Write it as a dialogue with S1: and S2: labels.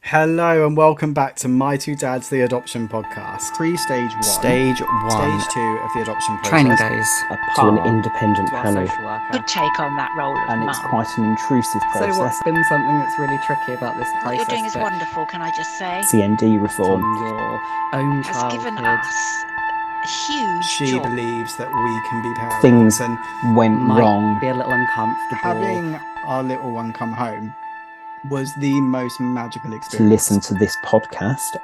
S1: Hello and welcome back to My Two Dads, the adoption podcast. Pre stage one.
S2: Stage one.
S1: Stage two of the adoption process.
S2: Training days.
S3: up to an independent
S4: to our
S3: panel.
S4: social worker.
S5: could take on that role of
S3: And it's
S5: mum.
S3: quite an intrusive
S4: So
S3: process.
S4: what's been something that's really tricky about this
S5: What
S4: process?
S5: you're doing is
S4: that
S5: wonderful, can I just say?
S3: CND
S4: from
S3: reform.
S4: your own
S5: Has given
S4: childhood.
S5: us a huge
S1: She
S5: job.
S1: believes that we can be parents.
S3: Things
S1: and
S3: Went
S4: Might
S3: wrong.
S4: be a little uncomfortable.
S1: having our little one come home was the most magical
S3: To
S1: experience.
S3: listen to this podcast